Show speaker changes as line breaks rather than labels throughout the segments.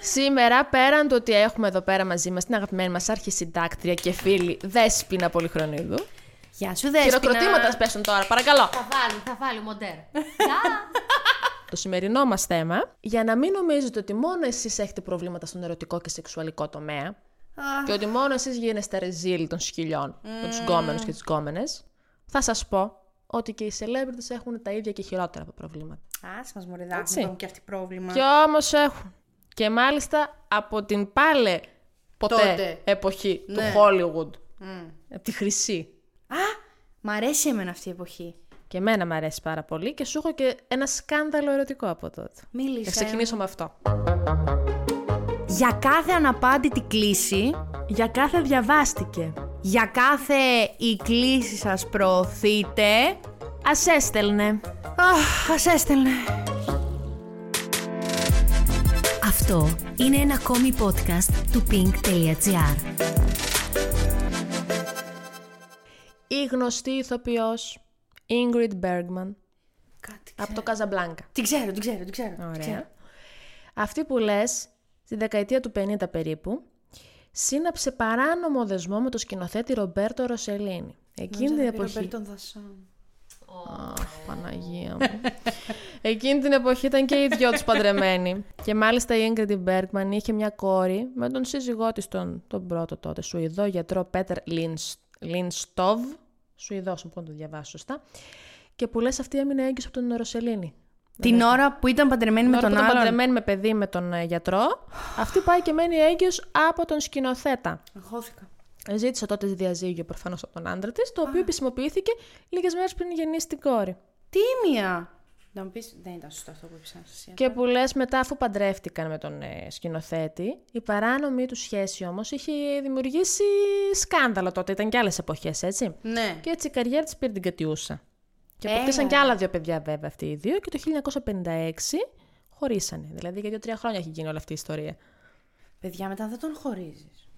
Σήμερα, πέραν του ότι έχουμε εδώ πέρα μαζί μας την αγαπημένη μας αρχισυντάκτρια και φίλη Δέσποινα Πολυχρονίδου.
Γεια σου, Δέσποινα.
Χειροκροτήματα πέσουν τώρα, παρακαλώ.
Θα βάλει, θα βάλει μοντέρ.
το σημερινό μας θέμα, για να μην νομίζετε ότι μόνο εσείς έχετε προβλήματα στον ερωτικό και σεξουαλικό τομέα. και ότι μόνο εσείς γίνεστε ρεζίλ των σκυλιών, με τους γκόμενους και τις γκόμενες. Θα σας πω ότι και οι celebrities έχουν τα ίδια και χειρότερα από προβλήματα.
Α μα μοριδάξουν,
Έτσι.
έχουν και αυτή πρόβλημα.
Και όμως έχουν. Και μάλιστα από την πάλε ποτέ
Τότε.
εποχή
Ναι.
του Hollywood.
Μμ.
Από τη χρυσή.
Α! Μ' αρέσει εμένα αυτή η εποχή.
Και εμένα μου αρέσει πάρα πολύ και σου έχω και ένα σκάνδαλο ερωτικό από τότε.
Μίλησε.
Θα ξεκινήσω με αυτό.
Για κάθε αναπάντητη κλίση,
Για κάθε διαβάστηκε.
για κάθε η κλίση σας προωθείτε,
Ας έστελνε.
αχ, ας έστελνε.
Αυτό είναι ένα ακόμη podcast του pink.gr.
Η γνωστή ηθοποιός Ingrid Bergman
Κάτι.
από το Casablanca.
Την ξέρω, την ξέρω, την ξέρω.
Ε. Ωραία.
την ξέρω.
Αυτή που λες, στη δεκαετία του 50 περίπου, σύναψε παράνομο δεσμό με τον σκηνοθέτη Ρομπέρτο Ροσελίνη. Εκείνη την
Νόμιζα να πει
εποχή.
Ρομπέρτο των δασών.
Αχ, Παναγία μου. Εκείνη την εποχή ήταν και οι δυο τους παντρεμένοι. και μάλιστα η Ingrid Bergman είχε μια κόρη με τον σύζυγό της, τον, τον πρώτο τότε, Σουηδό γιατρό Πέτερ Λινσ- Λινστόβ. Σουηδός, μου να το διαβάσω σωστά. Και που λες αυτή έμεινε έγκυος από τον Ροσελίνη.
Την ώρα που ήταν παντρεμένη με
Τώρα
τον
που ήταν
άλλον.
παντρεμένη με παιδί με τον ε, γιατρό, αυτή πάει και μένει έγκυος από τον σκηνοθέτα.
Αγχώθηκα.
Ζήτησε τότε διαζύγιο προφανώς από τον άντρα της, το οποίο επισημοποιήθηκε λίγες μέρες πριν γεννήσει την κόρη.
Τίμια! Να μου πεις, δεν ήταν σωστό αυτό που είπες Αναστασία.
Και που λες μετά, αφού παντρεύτηκαν με τον ε, σκηνοθέτη, η παράνομη του σχέση όμως είχε δημιουργήσει σκάνδαλο τότε. Ήταν και άλλες εποχές, έτσι.
Ναι.
Και έτσι η καριέρα της πήρε την κατιούσα. Και
Ε.
αποκτήσαν και άλλα δύο παιδιά βέβαια αυτοί οι δύο και το 1956 χωρίσανε. Δηλαδή για δύο-τρία χρόνια έχει γίνει όλη αυτή η ιστορία.
Παιδιά, μετά δεν τον χωρίζεις.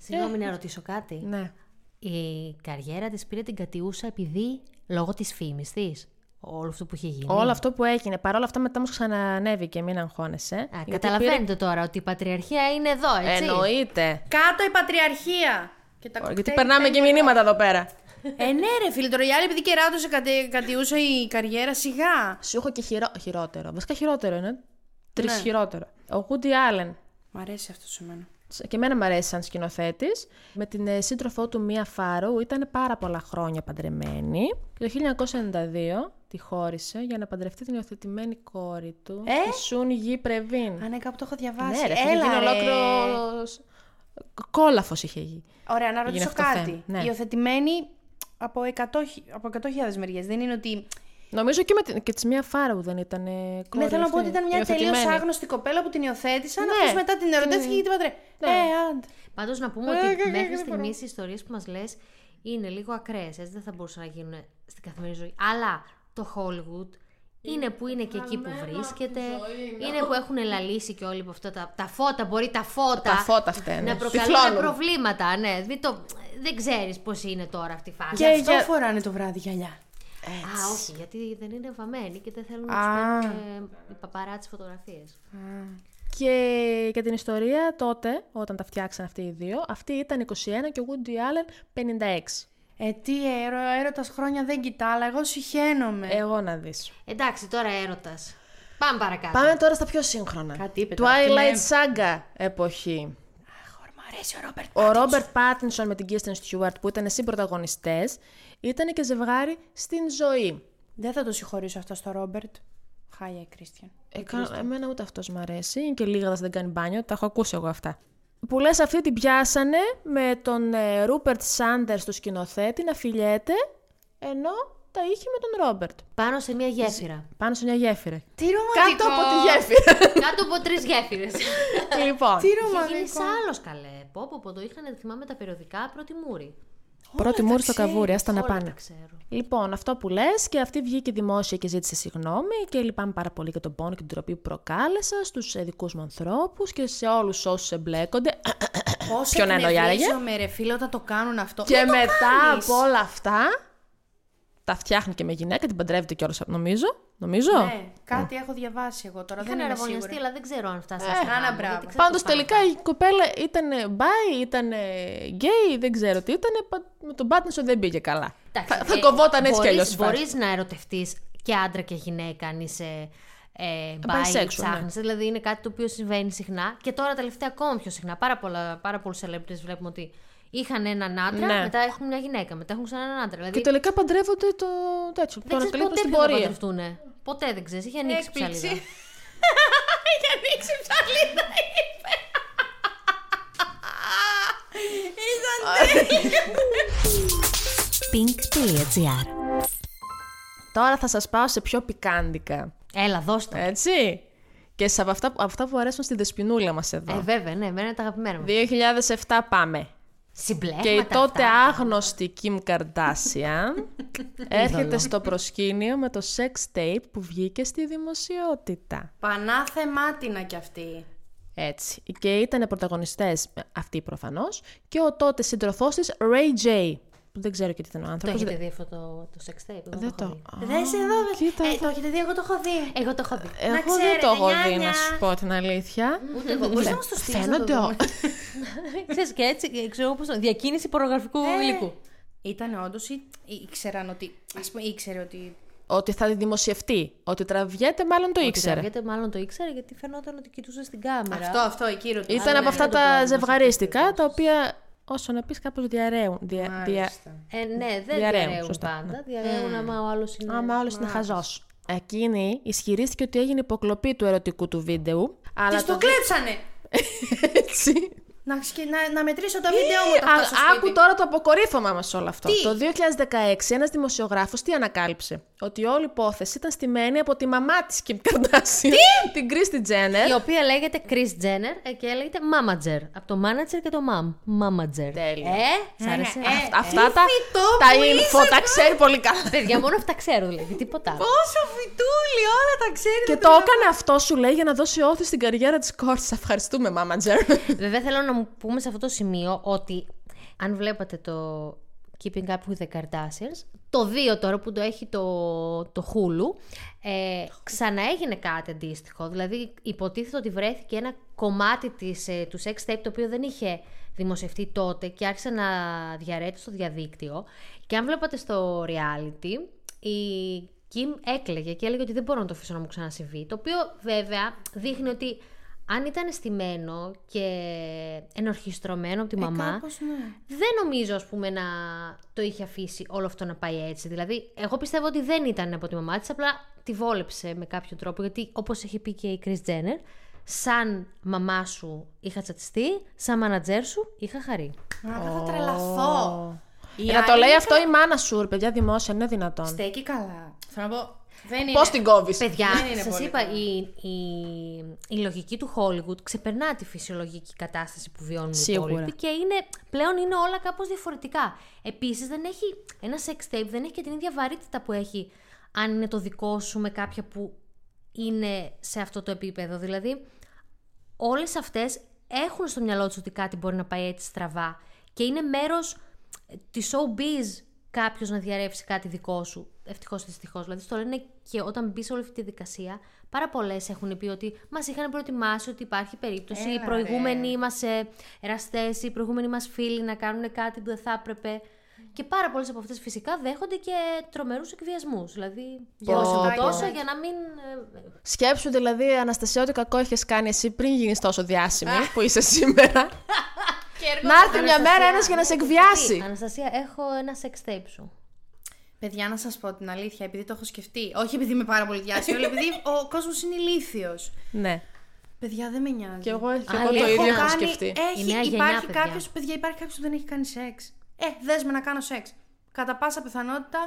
Συγγνώμη να ρωτήσω κάτι.
Ναι.
Η καριέρα της πήρε την κατιούσα επειδή λόγω της φήμης της. Όλο αυτό που είχε γίνει.
Όλο αυτό που έγινε. Παρ' όλα αυτά μετά όμως ξανανέβηκε, μην αγχώνεσαι.
Α,
Γιατί
καταλαβαίνετε τώρα ότι η πατριαρχία είναι εδώ,
πήρε-
έτσι.
Εννοείται.
Κάτω η πατριαρχία! Και τα
Γιατί
κοκτέιλ
περνάμε και μηνύματα εδώ πέρα.
Ε, ναι, ρε φίλε, τώρα η άλλη επειδή κεράτωσε κατη, κατιούσα η καριέρα σιγά.
Σου έχω και χειρό... χειρότερο. Βασικά χειρότερο είναι. Τρεις
Ναι.
χειρότερο. Ο Woody Allen.
Μ' αρέσει αυτό σε μένα.
σε- Και εμένα μου αρέσει σαν σκηνοθέτης. Με την ε, σύντροφό του Μία Φάρο ήταν πάρα πολλά χρόνια παντρεμένη. Και το 1992 τη χώρισε για να παντρευτεί την υιοθετημένη κόρη του.
Ε?
Τη Σουν Γη Πρεβίν.
Α, ναι, κάπου το έχω διαβάσει.
Ναι, ρε,
Έλα,
Έλα,
ρε.
ολόκληρος. Κόλαφος είχε γίνει.
Ωραία, να ρωτήσω
αυτό το
κάτι.
θέμα, ναι.
Υιοθετημένη από 100.000 από 100.000 μεριές. Δεν είναι ότι.
Νομίζω και, με την... και της Μία Φάρο δεν ήταν ε, κόρη.
ναι, θέλω να πω
αυτή,
ότι ήταν μια τελείως
υιοθετημένη.
άγνωστη κοπέλα που την υιοθέτησαν.
Ναι.
Αυτός μετά την ερωτεύτηκε και την πατρέ. Ε, άντε.
Πάντως να πούμε ότι μέχρι στιγμή οι ιστορίες που μας λες είναι λίγο ακραίες. Έτσι δεν θα μπορούσαν να γίνουν στην καθημερινή ζωή. Αλλά το Hollywood είναι που είναι και εκεί που βρίσκεται. Είναι που έχουν λαλήσει και όλοι από αυτά τα, τα φώτα. Μπορεί τα φώτα,
Τα φώτα
Ε,
φταίνε.
να
ναι.
προκαλούν
Τυφλώνουν.
προβλήματα. Ναι, Μην το, δεν ξέρεις πώς είναι τώρα αυτή η φάση.
Γι'
Και
αυτό
για-
φοράνε το βράδυ γυαλιά.
Α, όχι, γιατί δεν είναι βαμμένοι και δεν θέλουν να
Α.
τους παίρνουν ε, οι παπαράτσι φωτογραφίε.
Και για την ιστορία τότε, όταν τα φτιάξαν αυτοί οι δύο, αυτή ήταν 21 και ο Woody Allen 56.
Ε, τι έρω, έρωτας χρόνια δεν κοιτά, αλλά εγώ συχαίνομαι.
Εγώ να δεις.
Εντάξει, τώρα έρωτας. Πάμε παρακάτω.
Πάμε τώρα στα πιο σύγχρονα.
Κάτι είπε τώρα,
Twilight
αυτή είναι-
Saga εποχή.
Μ' αρέσει ο Ρόμπερτ.
Ο Ρόμπερτ Πάτινσον με την Kirsten Stewart που ήταν συμπροταγωνιστές, ήταν και ζευγάρι στην ζωή.
Δεν θα το συγχωρήσω αυτό στο Ρόμπερτ. Χάια, Κρίστιαν.
Ε, κα- εμένα ούτε αυτός μ' αρέσει. Είναι και λίγα δεν κάνει μπάνιο. Τα έχω ακούσει εγώ αυτά. Που λες, αυτή την πιάσανε με τον ε, Ρούπερτ Σάντερ του σκηνοθέτη να φιλιέται, ενώ τα είχε με τον Ρόμπερτ.
Πάνω σε μια γέφυρα.
Πάνω σε μια γέφυρα.
Τι ρομαντικό.
Κάτω από τη γέφυρα.
Κάτω από τρεις γέφυρες.
λοιπόν.
Τι
Είχε γίνει
ρομαντικό.
άλλος καλέ. Πόπο, που το είχαν, θυμάμαι τα περιοδικά, πρώτη μούρη.
Πρώτη μούρη στο καβούρι, άστα να
Όλα
πάνε.
τα ξέρω.
Λοιπόν, αυτό που λες και αυτή βγήκε δημόσια και ζήτησε συγγνώμη και λυπάμαι πάρα πολύ για τον πόνο και την τροπή που προκάλεσα στους δικούς μου ανθρώπους και σε όλους όσους εμπλέκονται.
Πόσο
Ποιον εννοεί, άραγε?
εκνευρίζομαι, ρε φίλε, όταν το κάνουν αυτό.
Και
Μην το
μετά
κάνεις.
από όλα αυτά, τα φτιάχνει και με γυναίκα, την παντρεύεται κιόλας νομίζω. Νομίζω.
Ναι, κάτι έχω διαβάσει εγώ τώρα.
Είχαν
δεν είμαι σίγουρη.
αραβωνιαστεί, αλλά δεν ξέρω αν φτάσει.
Ε, άνα, μπράβο.
Πάντω τελικά η κοπέλα ήταν μπάι, ήταν γκέι, δεν ξέρω τι ήταν. Με τον Πάτνισον δεν πήγε καλά. θα,
ε,
θα κοβόταν έτσι κι αλλιώς.
Μπορείς να ερωτευτείς και άντρα και γυναίκα αν είσαι ε,
Bisexual,
bisexual.
ναι.
Ψάχνεις. Δηλαδή είναι κάτι το οποίο συμβαίνει συχνά. Και τώρα τελευταία ακόμη πιο συχνά. Πάρα, πολλά, πάρα πολλούς celebrities βλέπουμε ότι είχαν έναν άντρα,
Ναι.
μετά έχουν μια γυναίκα, μετά έχουν ξανά έναν άντρα. Δηλαδή
Και τελικά παντρεύονται το τέτοιο.
δεν
Τον
ξέρει
ανακαλύπτουν
ποτέ
στην
ποιο θα
πορεία.
παντρευτούν. Ποτέ δεν ξέρεις. Είχε ανοίξει η
Έκπληξη.
ψαλίδα.
Είχε ανοίξει η ψαλίδα, είπε. Ήταν
Pink.gr
Τώρα θα σας πάω σε πιο πικάντικα.
Έλα,
Ε,
δώστε.
Έτσι. Και σε αυτά, αυτά που αρέσουν στη δεσποινούλα μας εδώ.
Ε, βέβαια, ναι, εμένα είναι τα αγαπημένα μου.
2007 πάμε.
Συμπλέγματα.
Και η τότε
αυτά.
άγνωστη Kim Kardashian έρχεται στο προσκήνιο με το sex tape που βγήκε στη δημοσιότητα.
Πανάθεμάτινα κι αυτή.
Έτσι. Και ήταν πρωταγωνιστές αυτοί προφανώς και ο τότε σύντροφός της Ray J. Που δεν ξέρω και τι ήταν ο
Το
άνθρωπος.
έχετε
δεν-
δει αυτό το, το sex tape. Εγώ
δεν
το. έχω
το.
δει.
Α,
Δες εδώ, βε-
κοίτα,
ε,
εδώ.
το έχετε δει, εγώ το έχω δει.
Εγώ το έχω δει.
Να
Ε, Εγώ δεν
ξέρετε,
το έχω δει,
νιάνια.
να σου πω την αλήθεια.
Ούτε εγώ. Μπορείς να μας το στείλεις να το
Φαίνονται.
δούμε.
Ναι. Ξέρεις και έτσι, και ξέρω πώς, το- διακίνηση πορογραφικού υλικού.
Ήταν όντως ή ή ήξεραν ότι. Ας πούμε, ήξερε ότι.
Ότι θα δημοσιευτεί. Ότι τραβιέται, μάλλον το ήξερε.
Γιατί μάλλον το ήξερε γιατί φαινόταν ότι κοιτούσε στην κάμερα.
Αυτό, αυτό, εκεί ρωτήσα.
Ήταν
Ναι.
από αυτά
το
τα
πρόβλημα
ζευγαρίστικα, τα οποία όσο να πεις κάπως διαραίουν. Δια, δια...
Μάλιστα.
Ε, ναι,
Διαραίουν,
δεν διαραίουν, Ναι.
σωστά,
πάντα. Διαραίουν άμα ο άλλος είναι.
Άμα όλος είναι χαζός. Εκείνη ισχυρίστηκε ότι έγινε υποκλοπή του ερωτικού του βίντεο. Αλλά
Της το
το...
κλέψανε!
Έτσι.
Να, ξε- να, να μετρήσω τα βίντεο μου
Α,
τα στο σπίτι.
άκου τώρα το αποκορύφωμα μας όλο αυτό.
Τι?
Το 2016 ένας δημοσιογράφος τι ανακάλυψε. Ότι η όλη υπόθεση ήταν στημένη από τη μαμά της Kim Kardashian, την Κρίστη Τζένερ.
Η οποία λέγεται Chris Jenner ε, και λέγεται Mamager. Από το manager και το mom. Mamager.
Τέλεια.
Ε, σ' άρεσε.
ε,
Αυτά τα,
φυτό
τα
που
info τα ξέρει πολύ καλά.
Παιδιά, μόνο αυτά ξέρω δηλαδή. Τίποτα. άλλο.
Πόσο φιτούλη, όλα τα ξέρει.
Και το έκανε αυτό σου λέει για να δώσει όθη στην καριέρα της κόρτης. Ευχαριστούμε, μάματζερ.
Βέβαια θέλω να μου πούμε σε αυτό το σημείο ότι αν βλέπατε το Keeping Up with the Kardashians, το 2 τώρα που το έχει το, το Hulu, ε, ξαναέγινε κάτι αντίστοιχο. Δηλαδή υποτίθεται ότι βρέθηκε ένα κομμάτι της, ε, του sex tape το οποίο δεν είχε δημοσιευτεί τότε και άρχισε να διαρρέεται στο διαδίκτυο. Και αν βλέπατε στο reality, η Kim έκλαιγε και έλεγε ότι δεν μπορώ να το αφήσω να μου ξανασυμβεί. Το οποίο βέβαια δείχνει ότι αν ήταν στημένο και ενορχιστρωμένο
Ε,
από τη μαμά,
ναι.
δεν νομίζω ας πούμε να το είχε αφήσει όλο αυτό να πάει έτσι. Δηλαδή, εγώ πιστεύω ότι δεν ήταν από τη μαμά της, απλά τη βόλεψε με κάποιο τρόπο, γιατί όπως έχει πει και η Chris Jenner, σαν μαμά σου είχα τσατιστεί, σαν μάνατζέρ σου είχα χαρεί.
θα τρελαθώ. Η
Ε, να το
άλλη
λέει αυτό η μάνα σου, ρε παιδιά, δημόσια, είναι δυνατόν.
Στέκει καλά. Θέλω να πω. Δεν είναι.
Πώ την κόβεις.
Παιδιά,
Δεν είναι
σας
πολύ
είπα,
καλό.
η, η, η λογική του Hollywood ξεπερνά τη φυσιολογική κατάσταση που βιώνουν
Σίγουρα.
οι υπόλοιποι και είναι, πλέον είναι όλα κάπως διαφορετικά. Επίσης, δεν έχει, ένα sex tape δεν έχει και την ίδια βαρύτητα που έχει αν είναι το δικό σου με κάποια που είναι σε αυτό το επίπεδο. Δηλαδή, όλες αυτές έχουν στο μυαλό τους ότι κάτι μπορεί να πάει έτσι στραβά και είναι μέρος ε, της showbiz κάποιος να διαρρεύσει κάτι δικό σου. Ευτυχώς ή δυστυχώς. Δηλαδή, στο λένε και όταν μπει σε όλη αυτή τη δικασία, πάρα πολλές έχουν πει ότι μας είχαν προετοιμάσει ότι υπάρχει περίπτωση.
Έλα,
οι
ρε.
προηγούμενοι μας ε, εραστές, οι προηγούμενοι μας φίλοι να κάνουν κάτι που δεν θα έπρεπε. Και πάρα πολλές από αυτές φυσικά δέχονται και τρομερούς εκβιασμούς. Δηλαδή,
Για
τόσο
όσο
και
πάει,
τόσο
ναι.
για να μην. ε,
Σκέψου δηλαδή, Αναστασία, ό,τι κακό έχει κάνει εσύ πριν γίνεις τόσο διάσημη που είσαι σήμερα. να έρθει μια μέρα ένας για να σε εκβιάσει.
Ε,
Ναι.
Αναστασία, έχω ένα sex tape σου.
Παιδιά, να σας πω την αλήθεια, επειδή το έχω σκεφτεί. Όχι επειδή είμαι πάρα πολύ διάσημη, αλλά επειδή ο κόσμος είναι ηλίθιος.
ναι.
Παιδιά, δεν με νοιάζει.
Και εγώ, και
Α,
εγώ το
έχω
ίδιο έχω
κάνει-
σκεφτεί.
Έχει,
Η νέα γενιά,
υπάρχει
παιδιά.
κάποιος. Παιδιά, υπάρχει κάποιος που δεν έχει κάνει σεξ. Ε, δες με να κάνω σεξ. Κατά πάσα πιθανότητα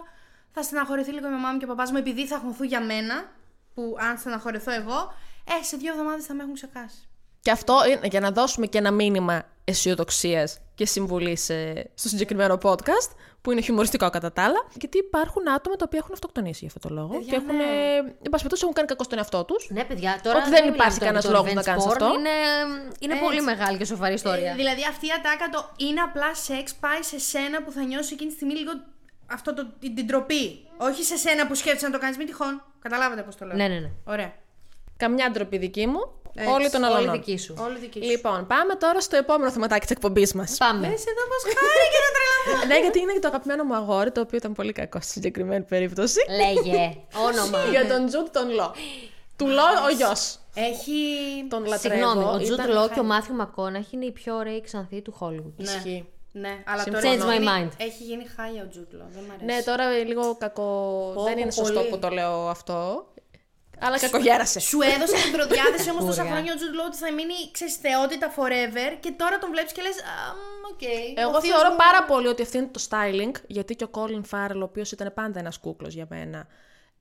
θα στεναχωρηθεί λίγο η μαμά μου και ο παπάς μου επειδή θα χωθούν για μένα. Που αν στεναχωρηθώ εγώ, ε, σε δύο εβδομάδες θα με έχουν ξεκάσει.
Και αυτό είναι για να δώσουμε και ένα μήνυμα αισιοδοξίας και συμβουλής σε- στο συγκεκριμένο podcast, που είναι χιουμοριστικό κατά τα άλλα. Γιατί υπάρχουν άτομα τα οποία έχουν αυτοκτονήσει για αυτό το λόγο.
Παιδιά,
και έχουν,
ναι.
ε, εν πάση περιπτώσει, έχουν κάνει κακό στον εαυτό τους.
Ναι, παιδιά, τώρα.
Ότι δεν
μιλάμε
υπάρχει
τώρα
κανένας
για το
λόγος να
revenge
κάνεις
porn,
αυτό. Ε,
Είναι, είναι
Έτσι.
πολύ μεγάλη και σοβαρή ιστορία.
Ε, δηλαδή αυτή η ατάκα το είναι απλά σεξ πάει σε σένα που θα νιώσει εκείνη τη στιγμή λίγο αυτό το, την, την τροπή. Όχι σε σένα που σκέφτεσαι να το κάνεις, μην τυχόν. Καταλάβατε πώς το λέω.
Ναι, ναι, ναι.
Ωραία.
Καμιά ντροπή δική μου,
Έτσι,
όλη των
Όλη
άλλων.
δική σου.
Όλη δική σου.
Λοιπόν, πάμε τώρα στο επόμενο θεματάκι της εκπομπής μας.
Πάμε.
Εσύ εδώ πώ χάρη και να τρελαθώ.
ναι, γιατί είναι και το αγαπημένο μου αγόρι, το οποίο ήταν πολύ κακό στη συγκεκριμένη περίπτωση.
Λέγε. Όνομα.
για τον Τζουτ τον Λό. Του Λό ο γιος.
Έχει.
Τον λατρεύω.
Συγγνώμη, ο Τζουτ
Ήταν-
Λό και ο Μάθιου Μακόναχ είναι οι πιο ωραίοι ξανθοί του Χόλιγου.
Ισχύει.
Ναι, αλλά
Change
τώρα.
my
έχει γίνει-
mind.
Έχει γίνει χάλια ο Τζούτλο. Δεν μ' αρέσει.
Ναι, τώρα ε, λίγο κακό.
Πω,
Δεν
πω,
είναι σωστό
πολύ.
που το λέω αυτό. Αλλά κακογέρασε.
Σου έδωσε την προδιάθεση όμως τόσα
Ωραία.
χρόνια ο Τζουντ Λόου ότι θα μείνει ξεσθεότητα forever και τώρα τον βλέπεις και λες. Οκ. Ο
Εγώ
θείος
θεωρώ
μου-
πάρα πολύ ότι αυτό είναι το styling, γιατί και ο Colin Farrell, ο οποίος ήταν πάντα ένας κούκλος για μένα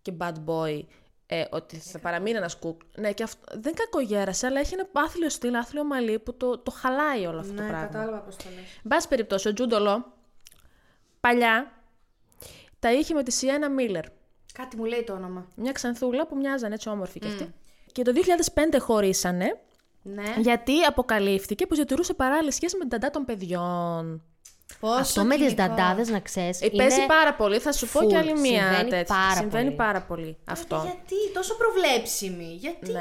και bad boy, ε, ότι θα παραμείνει ένας κούκλο. Ναι, και αυτό δεν κακογέρασε, αλλά έχει ένα άθλιο στυλ, άθλιο μαλλί που το, το χαλάει όλο αυτό το
Ναι,
πράγμα.
κατάλαβα πώς το λες.
Εν πάση περιπτώσει, ο Τζούντολο παλιά τα είχε με τη Σιένα Μίλλερ.
Κάτι μου λέει το όνομα.
Μια ξανθούλα που μοιάζαν έτσι όμορφη κι αυτή. Και το 2005 χωρίσανε,
Ναι.
γιατί αποκαλύφθηκε που διατηρούσε παράλληλες σχέσεις με την ταντά των παιδιών.
Πόσο
Αυτό με τις
κοινικό.
δαντάδε να ξέρεις.
Ε, Παίζει πάρα πολύ, θα σου πω
full.
κι άλλη μία
Συμβαίνει
τέτοια.
πάρα
Συμβαίνει
πολύ.
πάρα πολύ
Ε,
αυτό.
Γιατί, τόσο προβλέψιμη. Γιατί.
Ναι.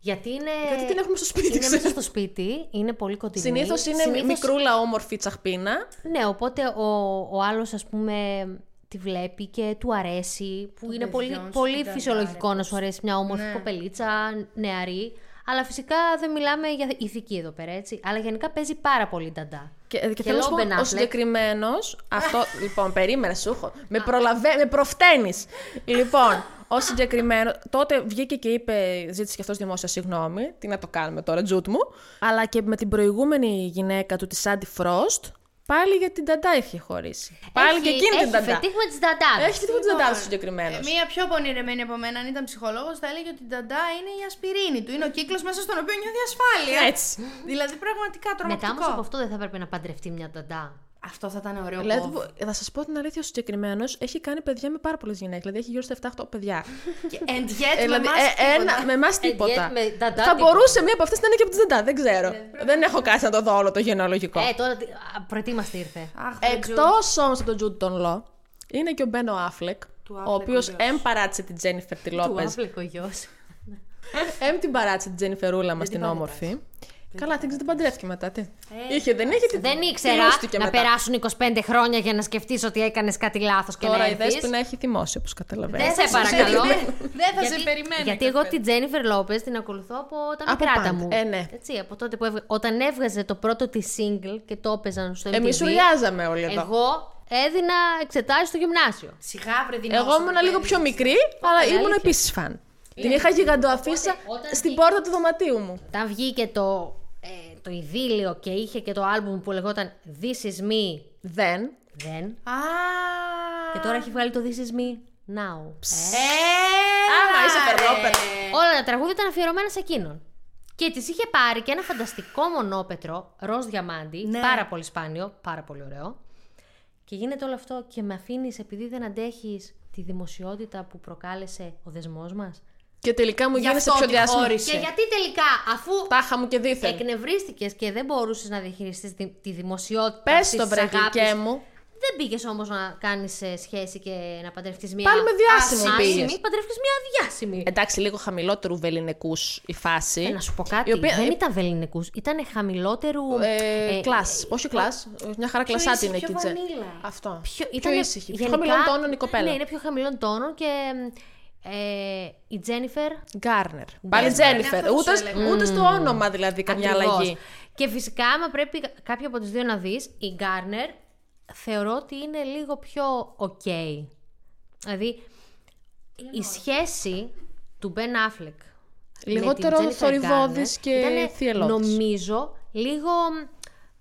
Γιατί είναι.
Γιατί Ε, την έχουμε στο σπίτι,
Είναι μέσα
ξέρεις.
στο σπίτι, είναι πολύ κοντινή.
Συνήθως είναι
Συνήθως-
μικρούλα όμορφη τσαχπίνα.
Ναι, οπότε ο, ο άλλος, ας πούμε, τη βλέπει και του αρέσει. Που είναι πολύ,
παιδιών σου
πολύ
την κάνει
φυσιολογικό να σου αρέσει μια όμορφη
Ναι.
κοπελίτσα, νεαρή. Αλλά φυσικά δεν μιλάμε για ηθική εδώ πέρα, έτσι. Αλλά γενικά παίζει πάρα πολύ νταντά.
Και, ε, και,
Και
θέλω να σου
Λόμπεν
πω, ο
Αφλεκ.
συγκεκριμένος. Αυτό. λοιπόν, περίμενα, σου έχω. Με, προλαβα... με προφταίνεις. λοιπόν, ο συγκεκριμένο. Τότε βγήκε και είπε, ζήτησε και αυτός δημόσια συγγνώμη. Τι να το κάνουμε τώρα, τζουτ μου. Αλλά και με την προηγούμενη γυναίκα του, τη Σάντι Φρόστ, πάλι για την Ταντά είχε χωρίσει. Πάλι
Έχει-
και εκείνη την
Έχει
Ταντά.
φετίχ με τι νταντάδε.
Έχει φετίχου την Ταντά ο συγκεκριμένο.
Ε, Μία πιο πονηρεμένη από μένα, αν ήταν ψυχολόγος, θα έλεγε ότι η Νταντά είναι η ασπιρίνη του. Είναι ο κύκλος μέσα στον οποίο νιώθει ασφάλεια.
Έτσι.
Δηλαδή, πραγματικά
Μετά
τρομακτικό.
όμω από αυτό δεν θα έπρεπε να παντρευτεί μια νταντά.
Αυτό θα ήταν ωραίο.
Δηλαδή,
κόβο.
που- θα σας πω την αλήθεια, ο συγκεκριμένος έχει κάνει παιδιά με πάρα πολλές γυναίκες. Δηλαδή, έχει γύρω στα 7-8 παιδιά.
Και- And
Ε,
yet, με
δηλαδή,
εμάς
ε,
τίποτα.
ένα, με εμάς τίποτα.
με ταντά
θα
τίποτα.
μπορούσε μία από αυτές να είναι και από τις ταντά, δεν ξέρω. δεν έχω κάτι να το δω όλο το γενεολογικό.
ναι. Ε, τώρα τι- α, προετοίμαστε ήρθε.
Αχ, δεν
Εκτό όμως από τον Τζούντ τον Λό, είναι και ο Μπένο Αφλεκ,
Του Affleck
ο
ο
οποίος
γιος.
εμ παράτησε την Τζένιφερ τη
Του
Λόπε.
άφλεκο γιος.
Εμ την παράτησε την Τζένιφερούλα μα την όμορφη. Καλά, την την παντρεύτηκε μετά. Τι. Είχε, δεν είχε. την-
Ε, Δεν
την
ήξερα
λούστηκε
να
μετά.
περάσουν 25 χρόνια για να σκεφτείς ότι έκανες κάτι λάθος και να
Τώρα η
έρθεις.
Δέσποινα έχει δημόσιο, όπω καταλαβαίνετε.
Δεν σε
σε
παρακαλώ.
περιμένει. Δεν θα
Γιατί-
σε περιμένει
Γιατί
κάποιος.
εγώ την Τζένιφερ Λόπες την ακολουθώ από τα
Από
μικράτα
πάντα.
μου.
Ε, ναι.
Έτσι, από τότε που έβγα- όταν έβγαζε το πρώτο της single και το έπαιζαν στο MTV.
Εμείς ουρλιάζαμε
Ε,
όλοι εδώ.
Εγώ έδινα εξετάσεις στο γυμνάσιο.
Σιγά, βρε, δεινόσαυρο,
Εγώ ήμουν λίγο
παιδί.
πιο μικρή, αλλά
αλήθεια.
ήμουν επίσης φαν. Την είχα γιγαντοαφίσα
όταν
στην
βγει-
πόρτα του δωματίου μου.
Όταν βγήκε το, ε, το ιδίλιο και είχε και το άλμπουμ που λεγόταν This is me.
Δεν.
Δεν.
Α.
Και τώρα έχει βγάλει το This is me now. Ε.
Έλα,
Άμα είσαι περλόπετο.
Όλα τα τραγούδια ήταν αφιερωμένα σε εκείνον. Και τη είχε πάρει και ένα φανταστικό μονόπετρο, ροζ διαμάντι,
Ναι.
πάρα πολύ σπάνιο, πάρα πολύ ωραίο. Και γίνεται όλο αυτό και με αφήνεις επειδή δεν αντέχεις τη δημοσιότητα που προκάλεσε ο δεσμός μας.
Και τελικά μου
Γι'
γίνεσαι
αυτό
πιο
τη
διάσημη.
χώρισε.
Και γιατί τελικά, αφού
Τάχα μου και δίθεν.
εκνευρίστηκες και δεν μπορούσες να διαχειριστείς τη, τη δημοσιότητα.
Πες
της
το, βρε,
αγάπης,
γλυκέ μου.
Δεν πήγες όμως να κάνεις σχέση και να παντρευτείς μία.
Πάλι με διάσημη πήγες.
παντρευτεί μία διάσημη.
Εντάξει, λίγο χαμηλότερου βεληνικούς η φάση.
Ε, να σου πω κάτι.
Η οποία-
Δεν
ε,
ήταν βεληνικούς, ήταν χαμηλότερου.
ε,
ε,
κλάς. Όχι κλάς. Ε, Μια χαρά κλασάτη
ήσυχη,
είναι
πιο
εκεί. Τζε.
βανίλα.
Αυτό.
Πιο,
Πιο
ήτανε
ήσυχη. Πιο
γενικά-
χαμηλών τόνων η κοπέλα.
Ναι, είναι πιο χαμηλών τόνων και ε, η Τζένιφερ.
Γκάρνερ. Πάλι
αυτό
Τζένιφερ.
σου
Ούτε,
έλεγα.
ούτε στο όνομα δηλαδή καμιά
ακριβώς.
αλλαγή.
Και φυσικά, άμα πρέπει κάποια από τι δύο να δεις, η Γκάρνερ θεωρώ ότι είναι λίγο πιο ok. Δηλαδή, η σχέση του Μπεν Αφλεκ.
Λιγότερο
Ναι,
θορυβώδης και θυελώδης.
Νομίζω λίγο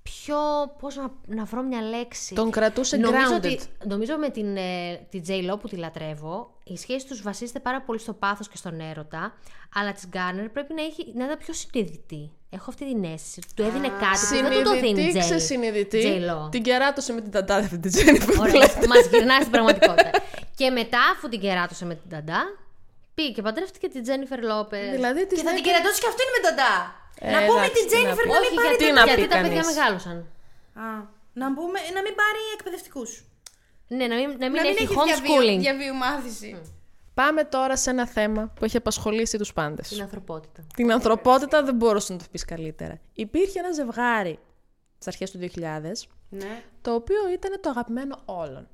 πιο. Πώς να, να βρω μια λέξη.
Τον κρατούσε
Νομίζω,
grounded.
ότι, νομίζω με την, ε, την J-Lo που τη λατρεύω, η σχέση τους βασίζεται πάρα πολύ στο πάθος και στον έρωτα, αλλά της Garner πρέπει να, έχει, να ήταν πιο συνειδητή. Έχω αυτή την αίσθηση. Του έδινε κάτι που δεν του το δίνει η
Συνειδητή,
J.
ξεσυνειδητή.
J-Lo.
Την κεράτωσε με την ταντάδευτη τη Τζένιφερ. που
Ωραία,
λέτε.
μας γυρνάει στην πραγματικότητα. και μετά, αφού την κεράτωσε με την Ταντά, πήγε και παντρεύτηκε την Τζένιφερ Λόπες.
Δηλαδή
Και
τη
θα την κερατώσει και αυτήν με ταντά.
Ε,
να πούμε
εντάξει,
την
τι να
Τζένιφερ
πω.
να μην
Όχι,
πάρει
γιατί
γιατί,
να
γιατί
πει
τα παιδιά
κανείς.
μεγάλωσαν.
Α, να, πούμε, να μην πάρει εκπαιδευτικούς.
Ναι, να μην, να μην
Να μην
έχει
έχεις διαβίου-
homeschooling.
διαβίου μάθηση.
Πάμε τώρα σε ένα θέμα που έχει απασχολήσει τους πάντες.
Την ανθρωπότητα.
Την ανθρωπότητα δεν μπορούσε να το πεις καλύτερα. Υπήρχε ένα ζευγάρι στις αρχές του 2000,
Ναι.
το οποίο ήταν το αγαπημένο όλων.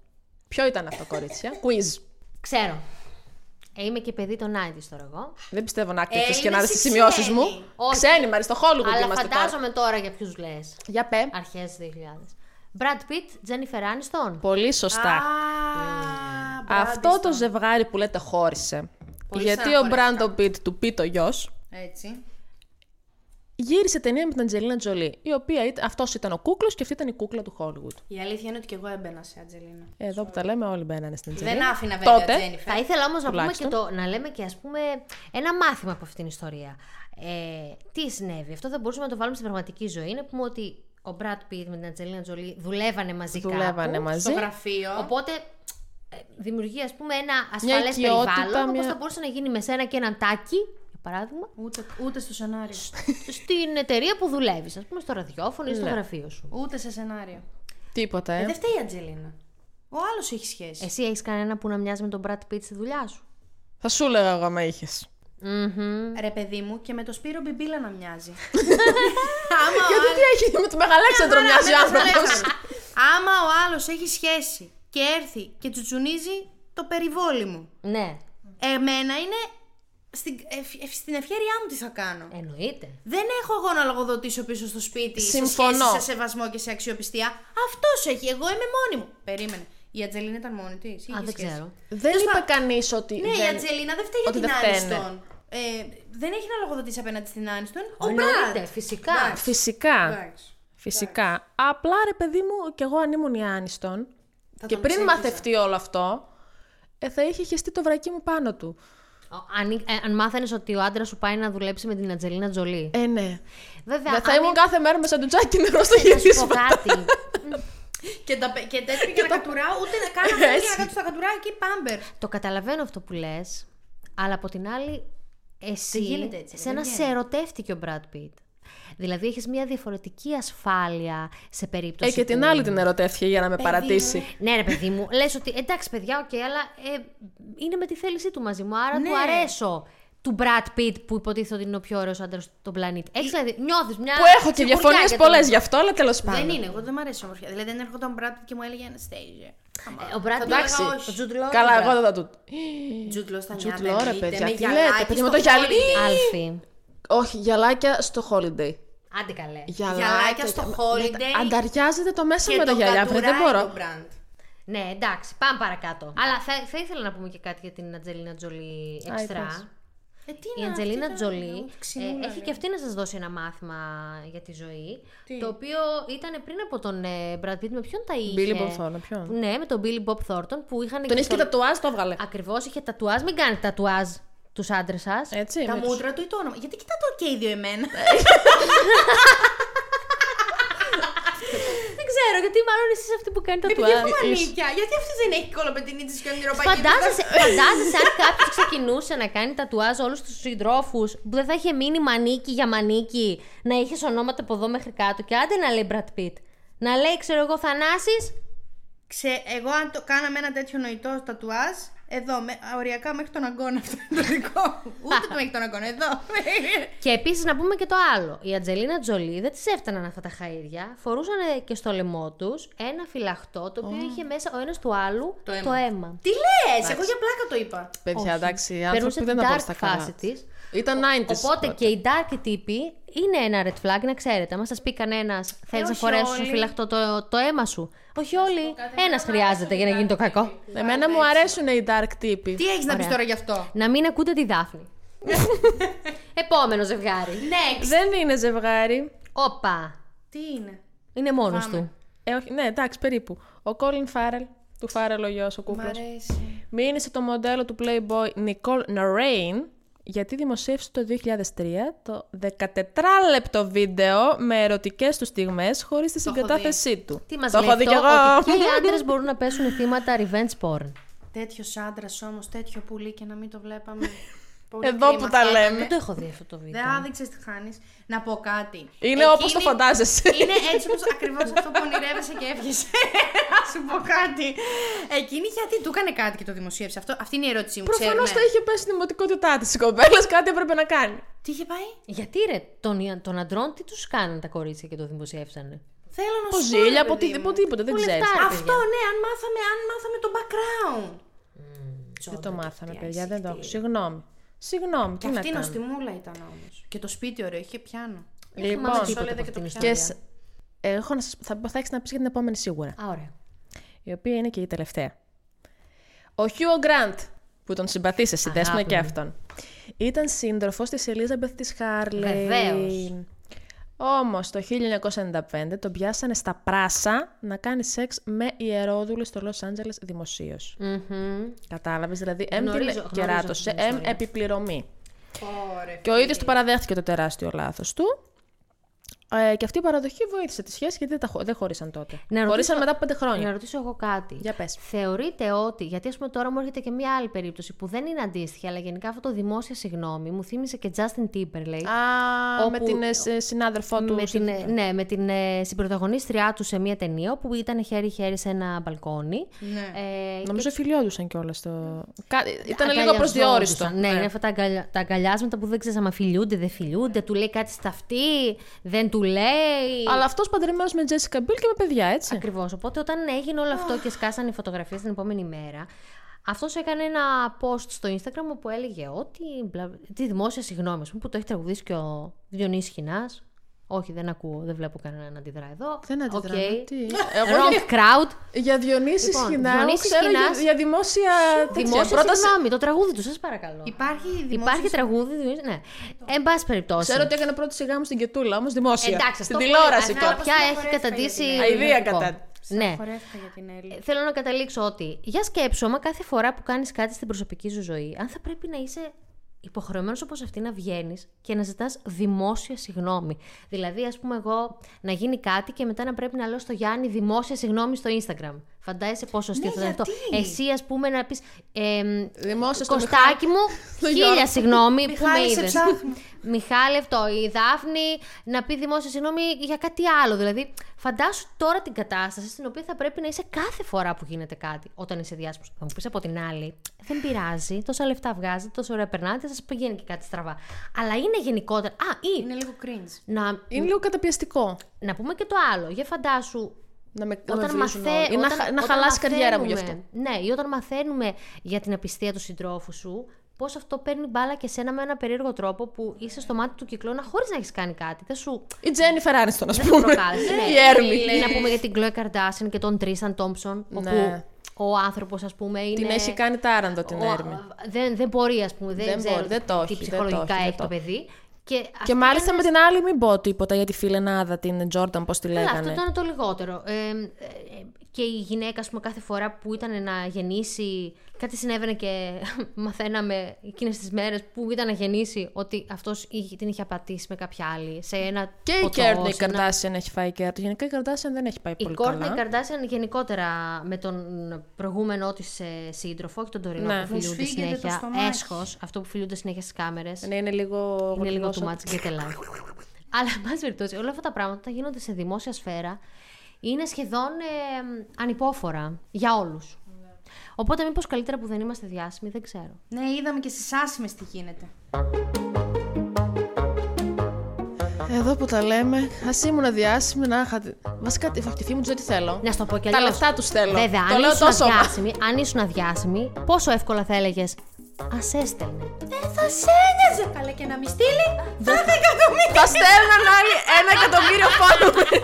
Ποιο ήταν αυτό, κορίτσια? Quiz.
Ξέρω. Ε, είμαι και παιδί των 90s τώρα εγώ.
Δεν πιστεύω να έκτισε
Ε,
και να
είναι
δει τι
σε
σημειώσει
ξένη.
μου.
Όχι.
Ξένοι, μάλιστα, στο Hollywood
Αλλά
είμαστε τώρα.
φαντάζομαι τώρα για ποιους λες.
Για πε.
Αρχές 2000. Brad Pitt, Jennifer Aniston.
Πολύ σωστά.
Α,
Αυτό το ζευγάρι που λέτε χώρισε.
Πολύ
γιατί ο
στεναχωρέθηκα.
Μπράντο Πιτ του πει το γιος,
Έτσι.
γύρισε ταινία με την Αντζελίνα Τζολί. Η οποία ήταν, αυτός ήταν ο κούκλος και αυτή ήταν η κούκλα του Hollywood.
Η αλήθεια είναι ότι και εγώ έμπαινα σε Ατζελίνα.
Εδώ που τα λέμε, όλοι μπαίνανε στην Αντζελίνα.
Δεν άφηνα βέβαια
Τότε,
Τζένιφερ.
Θα ήθελα όμως να, πούμε και
Τουλάχιστον.
το, να λέμε και ας πούμε ένα μάθημα από αυτήν την ιστορία. Ε, τι συνέβη, αυτό θα μπορούσαμε να το βάλουμε στην πραγματική ζωή. Να πούμε ότι ο Μπρατ Πιτ με την Ατζελίνα Τζολί δουλεύανε μαζί
δουλεύανε
κάπου.
μαζί.
Στο γραφείο.
Οπότε ε, δημιουργεί ας πούμε ένα ασφαλές
οικειότητα,
περιβάλλον όπως
μια-
θα μπορούσε να γίνει με σένα και έναν τάκι, για παράδειγμα,
Ούτε, ούτε στο σενάριο.
στην εταιρεία που δουλεύεις, ας πούμε στο ραδιόφωνο ή
Ναι.
στο γραφείο σου.
Ούτε σε σενάριο.
Τίποτα,
Ε,
ε.
δεν φταίει η Ατζελίνα. Ο άλλος έχει σχέση.
Εσύ έχεις κανένα που να μοιάζει με τον Brad Pitt στη δουλειά σου.
Θα σου λέγα εγώ Ε, άμα είχες.
Μμμ.
Ρε παιδί μου και με το Σπύρο Μπιμπίλα να μοιάζει.
Γιατί τι έχει με το μεγαλέξαντρο μοιάζει
Άμα ο άλλος-
άνθρωπος.
Άμα ο άλλος έχει σχέση και έρθει και τσουτσουνίζει το περιβόλι μου.
Ναι,
Εμένα είναι στην, ευ- ευ- στην ευχαίρειά μου τι θα
Ε.
κάνω.
εννοείται.
Δεν έχω εγώ να λογοδοτήσω πίσω στο σπίτι
Συμφωνώ.
σε σχέση, σε σεβασμό και σε αξιοπιστία. Αυτός έχει. Εγώ είμαι μόνη μου. Περίμενε. Η Ατζελίνα ήταν μόνη της.
Α, δεν ξέρω.
Δεν είπε κανείς ότι.
Ναι, η
δεν-
Ατζελίνα δεν φταίει για
ότι
την
δεν φταίνε.
Άνιστον. Ε, δεν έχει να λογοδοτήσει απέναντι στην Άνιστον. Ο
Εννοείται,
Μπραντ.
ναι, φυσικά.
Εντάξει.
Φυσικά.
Εντάξει.
Φυσικά. Απλά ρε παιδί μου, κι εγώ αν ήμουν η Άνιστον.
Θα
και
τον
πριν
ξέχασα.
μαθευτεί όλο αυτό, ε, θα είχε χεστεί το βρακί μου πάνω του.
Αν, ε, αν μάθαινες ότι ο άντρας σου πάει να δουλέψει με την Ατζελίνα Τζολί.
Ε, ναι.
Βέβαια,
Δεν θα
αν
ήμουν κάθε μέρα με σαντουτσάκι νερό
Ε,
στο
ήθελες να σου πω
γυρίσμα.
κάτι.
Και, τα, πε- και τέτοια και να κατουράω, ούτε να κάνω δεν
Έτσι.
να κάτω στα κατουράκια εκεί πάμπερ.
το καταλαβαίνω αυτό που λες, αλλά από την άλλη, εσύ.
Δεν γίνεται έτσι, ρε,
σένα
δεν
σε ερωτεύτηκε ο Μπρατ Πιτ. Δηλαδή, έχεις μια διαφορετική ασφάλεια σε περίπτωση.
Ε, και την
που-
άλλη την ερωτεύτηκε για να με παρατήσει.
Ναι, ρε παιδί μου, λες ότι εντάξει, παιδιά, οκ, αλλά ε, είναι με τη θέλησή του μαζί μου. Άρα
Ναι.
του αρέσω του Μπρατ Πιτ που υποτίθεται ότι είναι ο πιο ωραίος άντρας στον πλανήτη. Έχεις δηλαδή, νιώθεις
ε,
μια.
Που έχω και
σιγουριά για
διαφωνίε
τον-
πολλέ γι' αυτό, αλλά τέλος
Δεν
πάντων.
είναι, εγώ δεν μου αρέσει η ομορφιά. Δηλαδή δεν έρχονταν ο Brad Pitt και μου έλεγε «Ναι, ένα stage.
Ε, Ο Brad Pitt.
Εντάξει.
Ο Jude Law
Καλά,
είναι
εγώ δεν θα του.
Τζούτλο στα
Jude
νιάτα.
Law, ρε,
εννοείται,
παιδιά,
με
τι λέτε,
γυαλάκι
παιδιά,
στο
με το γυαλί.
χόλι.
Άλφη.
Όχι, γυαλάκια στο holiday.
Άντε καλέ.
Γυαλάκια στο holiday.
Ανταριάζεται το μέσα
Και
με τα
τον
γυαλιά, βρε, δεν
κατουράει
μπορώ.
τον Brad.
Ναι, εντάξει, πάμε παρακάτω. Αλλά θα, θα ήθελα να πούμε και κάτι για την Ατζελίνα Τζολί
πες.
εξτρά.
Ε, τι
Η
να,
Ατζελίνα
τι να,
Τζολί
ούτε
ε,
ξυνούλα,
έχει
λέει.
και αυτή να σας δώσει ένα μάθημα για τη ζωή. Το οποίο ήταν πριν από τον ε, Brad Pitt. Με ποιον τα είχε.
Billy Bob Thornton, ποιον?
Ναι, με τον Billy Bob Thornton που είχαν.
Τον έχει και τατουάζ, το έβγαλε.
Ακριβώς, είχε τατουάζ. Μην κάνετε τατουάζ τους άντρες σας.
Έτσι.
Τα
με τους-
μούτρα του ή το όνομα. Γιατί κοιτάτε το και οι δύο εμένα.
Δεν ξέρω, γιατί μάλλον εσείς αυτοί που κάνετε
Ε, Γιατί
τατουάζ.
έχω μανίκια. Γιατί αυτή δεν έχει κολοπετινή της και ονειροπαγή.
Φαντάζεσαι, φαντάζεσαι αν κάποιος ξεκινούσε να κάνει τατουάζ όλους τους συντρόφους που δεν θα είχε μείνει μανίκι για μανίκι, να είχε ονόματα από εδώ μέχρι κάτω και άντε να λέει Brad Pitt. Να λέει, ξέρω εγώ, Θανάσης.
Ξε, εγώ αν το κάναμε ένα τέτοιο νοητό τατουάζ, εδώ, με, οριακά μέχρι τον αγκώνα αυτό είναι το δικό μου. Ούτε το μέχρι τον αγκώνα, εδώ.
Και επίσης να πούμε και το άλλο. Η Ατζελίνα Τζολί δεν της έφταναν αυτά τα χαΐρια. Φορούσαν και στο λαιμό τους ένα φυλαχτό το οποίο είχε μέσα ο ένας του άλλου το αίμα.
Τι λες, εγώ για πλάκα το είπα.
Παιδιά, εντάξει, οι
Περνούσε
άνθρωποι
την
δεν τα
dark
μπορούν στα
φάση
καλά.
της.
Ήταν 90s.
Οπότε και οι dark τύποι είναι ένα red flag, να ξέρετε. Αν σας πει κανένας,
Ε,
θέλεις να
όχι
φορέσει στο
όλοι.
φυλαχτό το, το αίμα σου. Όχι όλοι. Ένα χρειάζεται για να γίνει το κακό.
Εμένα μου αρέσουν οι dark τύποι.
Τι έχεις να πεις
Ωραία.
τώρα γι' αυτό.
Να μην ακούτε τη Δάφνη. Επόμενο ζευγάρι.
Next.
Δεν είναι ζευγάρι.
Όπα.
Τι είναι.
Είναι μόνος του.
Ε, όχι, ναι, εντάξει, περίπου. Ο Colin Farrell, του Farrell ο γιος, ο κούκλος,
αρέσει.
μίλησε το μοντέλο του Playboy Nicole Narain γιατί δημοσίευσε το 2003 το 14λεπτο βίντεο με ερωτικές τους στιγμές χωρίς τη συγκατάθεσή του.
Τι μας
το
λέει
έχω
αυτό,
δει κι εγώ.
ότι και οι άντρε μπορούν να πέσουν θύματα revenge porn.
Τέτοιος άντρας όμως, τέτοιο πουλί και να μην το βλέπαμε. Πολύ
Εδώ
κρίμα.
που τα λέμε.
Δεν το έχω δει αυτό το βίντεο.
Δεν άδειξε τι χάνεις. Να πω κάτι.
Είναι όπως το
Εκείνη-
φαντάζεσαι.
Είναι έτσι όπως ακριβώς αυτό που ονειρεύεσαι και έβγεσαι. Να σου πω κάτι. Εκείνη γιατί του έκανε κάτι και το δημοσίευσε αυτό. Αυτή είναι η ερώτησή μου.
Προφανώς
ξέρουμε.
τα είχε πέσει στην δημοτικότητά της η κοπέλα, κάτι έπρεπε να κάνει.
Τι είχε πάει.
Γιατί ρε, τον, τον αντρών τι τους κάνανε τα κορίτσια και το δημοσιεύσανε.
Θέλω να
Από
σου πω. ρε
ζήλια, από
παιδί μου.
τίποτα, δεν
Μου
ξέρει.
λεφτά. Ρε,
Αυτό
παιδιά.
ναι, αν μάθαμε, αν μάθαμε το background.
Δεν το μάθαμε, παιδιά, δεν το. Συγγνώμη. Συγγνώμη,
Και
τι να
αυτή η
κάνω.
νοστιμούλα ήταν όμως. Και το σπίτι ωραίο, είχε πιάνο.
Λοιπόν,
τίποτα.
όλα
όλο
και
και
το
το πιάνω.
και σ- έχω να σας, θα, θα έχεις να πεις για την επόμενη σίγουρα,
Α, ωραία.
η οποία είναι και η τελευταία. Ο Χιούο Γκραντ, που τον συμπαθείς εσύ,
Αγάπη
δέσπονα και
μου.
αυτόν, ήταν σύντροφος της Ελίζαμπεθ της Χάρλεϊ.
Βεβαίως.
Όμως το 1995 τον πιάσανε στα πράσα να κάνει σεξ με ιερόδουλη στο Λος Άντζελες δημοσίως.
Μμμ.
Κατάλαβες, δηλαδή εμ
Γνωρίζω-
τη λέ-
γνωρίζω
κεράτωσε,
αυτή την
εμ
ιστορία.
επιπληρωμή.
Ωραία.
Και ο ίδιος του παραδέχτηκε το τεράστιο λάθος του. Ε, και αυτή η παραδοχή βοήθησε τη σχέση γιατί δεν, τα χω- δεν χωρίσαν τότε.
Να ρωτήσω-
Χωρίσαν μετά από πέντε
Να
χρόνια.
ρωτήσω εγώ κάτι.
Για πες.
Θεωρείτε ότι. Γιατί, ας πούμε, τώρα μου έρχεται και μία άλλη περίπτωση που δεν είναι αντίστοιχη, αλλά γενικά αυτό το δημόσια συγγνώμη μου θύμισε και Justin Timberlake.
Α,
όπου-
με την ε, σε- συνάδελφό του.
με
στη-
την, ε, ναι, με την ε, συμπροταγωνίστριά του σε μία ταινία όπου ήταν χέρι-χέρι σε ένα μπαλκόνι.
Ναι.
Ε,
Νομίζω φιλιόντουσαν κιόλας. Το... Κα... Ήταν λίγο
αγκαλιαζόντουσαν.
προσδιορίστο.
Ναι, είναι αυτά τα, αγκαλια... τα αγκαλιάσματα που δεν ξέρεις αν φιλιούνται, δεν φιλιούνται, του λέει κάτι στα αυτή, δεν του λέει.
Ναι. Αλλά αυτός παντρεμένος με Τζέσικα Μπίλ και με παιδιά, έτσι.
Ακριβώς. Οπότε όταν έγινε όλο αυτό και σκάσανε οι φωτογραφίες την επόμενη μέρα, αυτός έκανε ένα post στο Instagram όπου έλεγε ότι. μπλα- τη δημόσια συγγνώμη, ας πούμε, που το έχει τραγουδήσει και ο Διονύσης Χινά. Όχι, δεν ακούω, δεν βλέπω κανέναν να αντιδρά εδώ.
Δεν αντιδράμε,
Οκ.
τι. Ε, Εγώ
Wrong crowd.
Για Διονύσης
Λοιπόν,
Χινάου,
Διονύση
ξέρω για,
Χινάς.
για δημόσια.
Δημόσια
πρόταση.
συγγνώμη, το τραγούδι τους, σας παρακαλώ.
Υπάρχει δημόσια.
Υπάρχει τραγούδι, Διονύση- ναι. Εν πάση περιπτώσει.
Ξέρω ότι έκανε πρώτη σιγά μου στην Κετούλα, όμως δημόσια.
Εντάξει,
στην
αυτό
τηλεόραση
πολύ-
τώρα.
Πια
Στην
έχει
αγορεύτηκα
καταντήσει.
για την
Αηδία
ιδεολογικό.
κατά-
Ναι.
Χορεύτηκα για την Έλλη.
Ε, Θέλω να καταλήξω ότι για σκέψου, άμα κάθε φορά που κάνεις κάτι στην προσωπική σου ζωή, αν θα πρέπει να είσαι υποχρεωμένος όπως αυτή να βγαίνεις και να ζητάς δημόσια συγγνώμη. Δηλαδή, ας πούμε, εγώ να γίνει κάτι και μετά να πρέπει να λέω στο Γιάννη δημόσια συγγνώμη στο Instagram. Φαντάζεσαι πόσο αστείο θα ήταν αυτό. Εσύ, ας πούμε, να πεις. Ε,
Δημόσια στο
Κωστάκι μου,
στο
χίλια
Γιώργο.
συγγνώμη που με
Μιχάλη, σε
είδες.
ψάχνω.
Μιχάλη, αυτό. Η Δάφνη να πει δημόσια συγγνώμη για κάτι άλλο. Δηλαδή, φαντάσου τώρα την κατάσταση στην οποία θα πρέπει να είσαι κάθε φορά που γίνεται κάτι όταν είσαι διάσημος. Θα μου πεις από την άλλη, δεν πειράζει, τόσα λεφτά βγάζετε, τόσο ωραία περνάτε, σας πηγαίνει και κάτι στραβά. Αλλά είναι γενικότερα. Α, ή
Είναι λίγο cringe.
να,
Είναι λίγο καταπιαστικό.
να πούμε και το άλλο. Για φαντάσου
Να με, να με
όταν
βρίζουν
μαθα...
όλοι. Ή να,
όταν-
χα- να
όταν
χαλάσει η καριέρα μου γι'
μαθαίνουμε-
αυτό.
Ναι, ή όταν μαθαίνουμε για την απιστία του συντρόφου σου, πώς αυτό παίρνει μπάλα και σένα με ένα περίεργο τρόπο που είσαι στο μάτι του κυκλώνα χωρίς να έχεις κάνει κάτι. Δεν σου
Η Τζένιφερ Άνιστον, ας
δεν σου
πούμε.
προκάλεσε. ναι.
Η Έρμη.
Ή να πούμε για την Κλόε Καρντάσιν και τον Τρίσαν Τόμψον, όπου
Ναι.
ο άνθρωπος, ας πούμε, είναι.
Την έχει κάνει τάραντο την
ο-
Έρμη.
Δεν, δεν μπορεί, ας πούμε. Δεν,
Δεν
ξέρω
μπορεί, δεν το
τι
έχει, δεν το
ψυχολογικά
έχει, δεν
έχει το
το-
παιδί. Και,
Και
αυτό
μάλιστα
ήταν-
με την άλλη, μην πω τίποτα για τη φιλενάδα, την Τζόρνταν, πώς τη
Καλά, αυτό
λέγανε.
ήταν το λιγότερο. Ε, ε, και η γυναίκα, ας πούμε, κάθε φορά που ήταν να γεννήσει, κάτι συνέβαινε και μαθαίναμε εκείνες τις μέρες που ήταν να γεννήσει ότι αυτός την είχε απατήσει με κάποια άλλη σε ένα.
Και η
ποτό,
Κέρνη η
σε ένα-
Καρδάσιαν έχει φάει κέρδο. Γενικά ναι. η Καρδάσιαν δεν έχει πάει
Η
πολύ
Κόρτνεϊ
καλά.
Καρδάσιαν γενικότερα με τον προηγούμενο της σύντροφο και τον τωρινό
Ναι.
που
Μου
φιλούνται
σφίγγεται το
συνέχεια.
στομάχι.
Έσχος, αυτό που φιλούνται συνέχεια στις κάμερες.
Ναι, είναι λίγο.
Είναι λίγο
γλώσσα-
too much, get a life. Αλλά, εν πάση περιπτώσει, όλα αυτά τα πράγματα όταν γίνονται σε δημόσια σφαίρα είναι σχεδόν ε, ανυπόφορα για όλους. Οπότε, μήπως καλύτερα που δεν είμαστε διάσημοι, δεν ξέρω.
Ναι, είδαμε και στις άσημες τι γίνεται.
Εδώ που τα λέμε, ας ήμουν διάσημη να είχα. Βασικά, τη φακτηθεί μου, τους δεν τη θέλω.
Να σου το πω κι
Τα
αλλιώς.
λεφτά τους θέλω.
Βέβαια,
Το
αν
λέω
ήσουν,
τόσο.
αδιάσημη, αν ήσουν αδιάσημη, πόσο εύκολα θα έλεγες Ας έστελνε.
Δεν θα σε ένοιαζε. Καλά και να μη στείλει. Δεν θα εκατομμύρια.
Θα στέλναν άλλοι ένα εκατομμύριο followers.